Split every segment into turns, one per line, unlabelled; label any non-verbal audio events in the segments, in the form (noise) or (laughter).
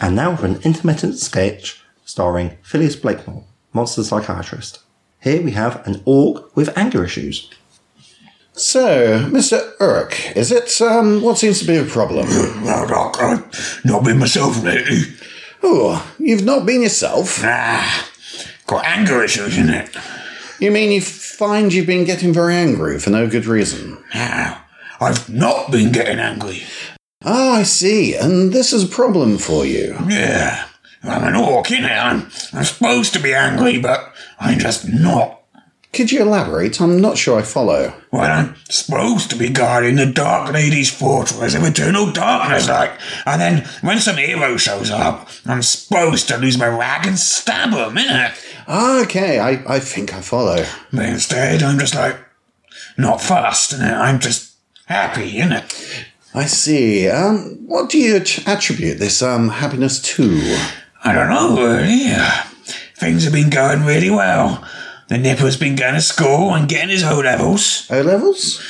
And now for an intermittent sketch starring Phileas Blakemore, monster psychiatrist. Here we have an orc with anger issues.
So, Mr. Urk, is it? Um, what seems to be a (clears throat) problem?
No, Doc, I've not been myself lately.
Oh, you've not been yourself.
Ah, got anger issues in it.
You mean you find you've been getting very angry for no good reason?
Ah, I've not been getting angry.
Ah, I see, and this is a problem for you.
Yeah, I'm an orc, you know. I'm, I'm supposed to be angry, but I'm just not.
Could you elaborate? I'm not sure I follow.
Well, I'm supposed to be guarding the Dark Lady's fortress of eternal darkness, like. And then when some hero shows up, I'm supposed to lose my rag and stab him, innit?
Ah, okay, I, I think I follow.
But instead, I'm just like, not fast, innit? I'm just happy, innit?
I see. Um, what do you att- attribute this um, happiness to?
I don't know, really. Uh, Things have been going really well. The Nipper's been going to school and getting his O levels.
O levels?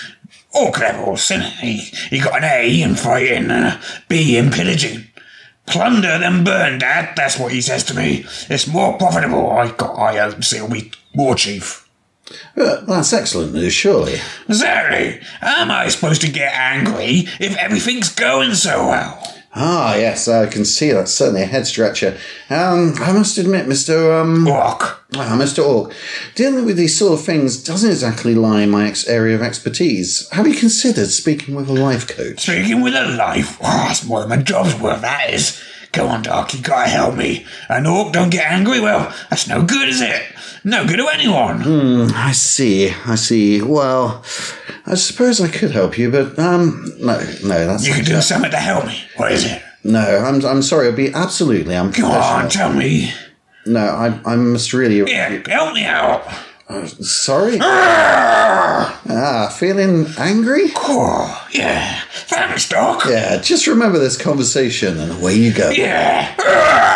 Orc levels, innit? He, he got an A in fighting and a B in pillaging. Plunder then burn, Dad. That's what he says to me. It's more profitable. I got I hope so. We war chief.
Uh, that's excellent news, surely.
Exactly. How am I supposed to get angry if everything's going so well?
Ah, yes, I can see that's certainly a head stretcher. Um, I must admit, Mr. Um,
Orc.
ah, Mr. Orc, dealing with these sort of things doesn't exactly lie in my ex- area of expertise. Have you considered speaking with a life coach?
Speaking with a life. Oh, that's more than my job's worth, that is. Go on, Doc, you gotta help me. An orc don't get angry? Well, that's no good, is it? No good to anyone.
Hmm, I see, I see. Well, I suppose I could help you, but um, no, no, that's
You can do something to help me. What is it?
no. I'm, I'm sorry. I'll be absolutely
Go on,
unprofessional.
tell me.
No, I, I must really.
Yeah, help me out. (laughs)
Sorry.
Arrgh!
Ah, feeling angry?
Cool. Yeah. Thanks, Doc.
Yeah, just remember this conversation and away you go.
Yeah. Arrgh!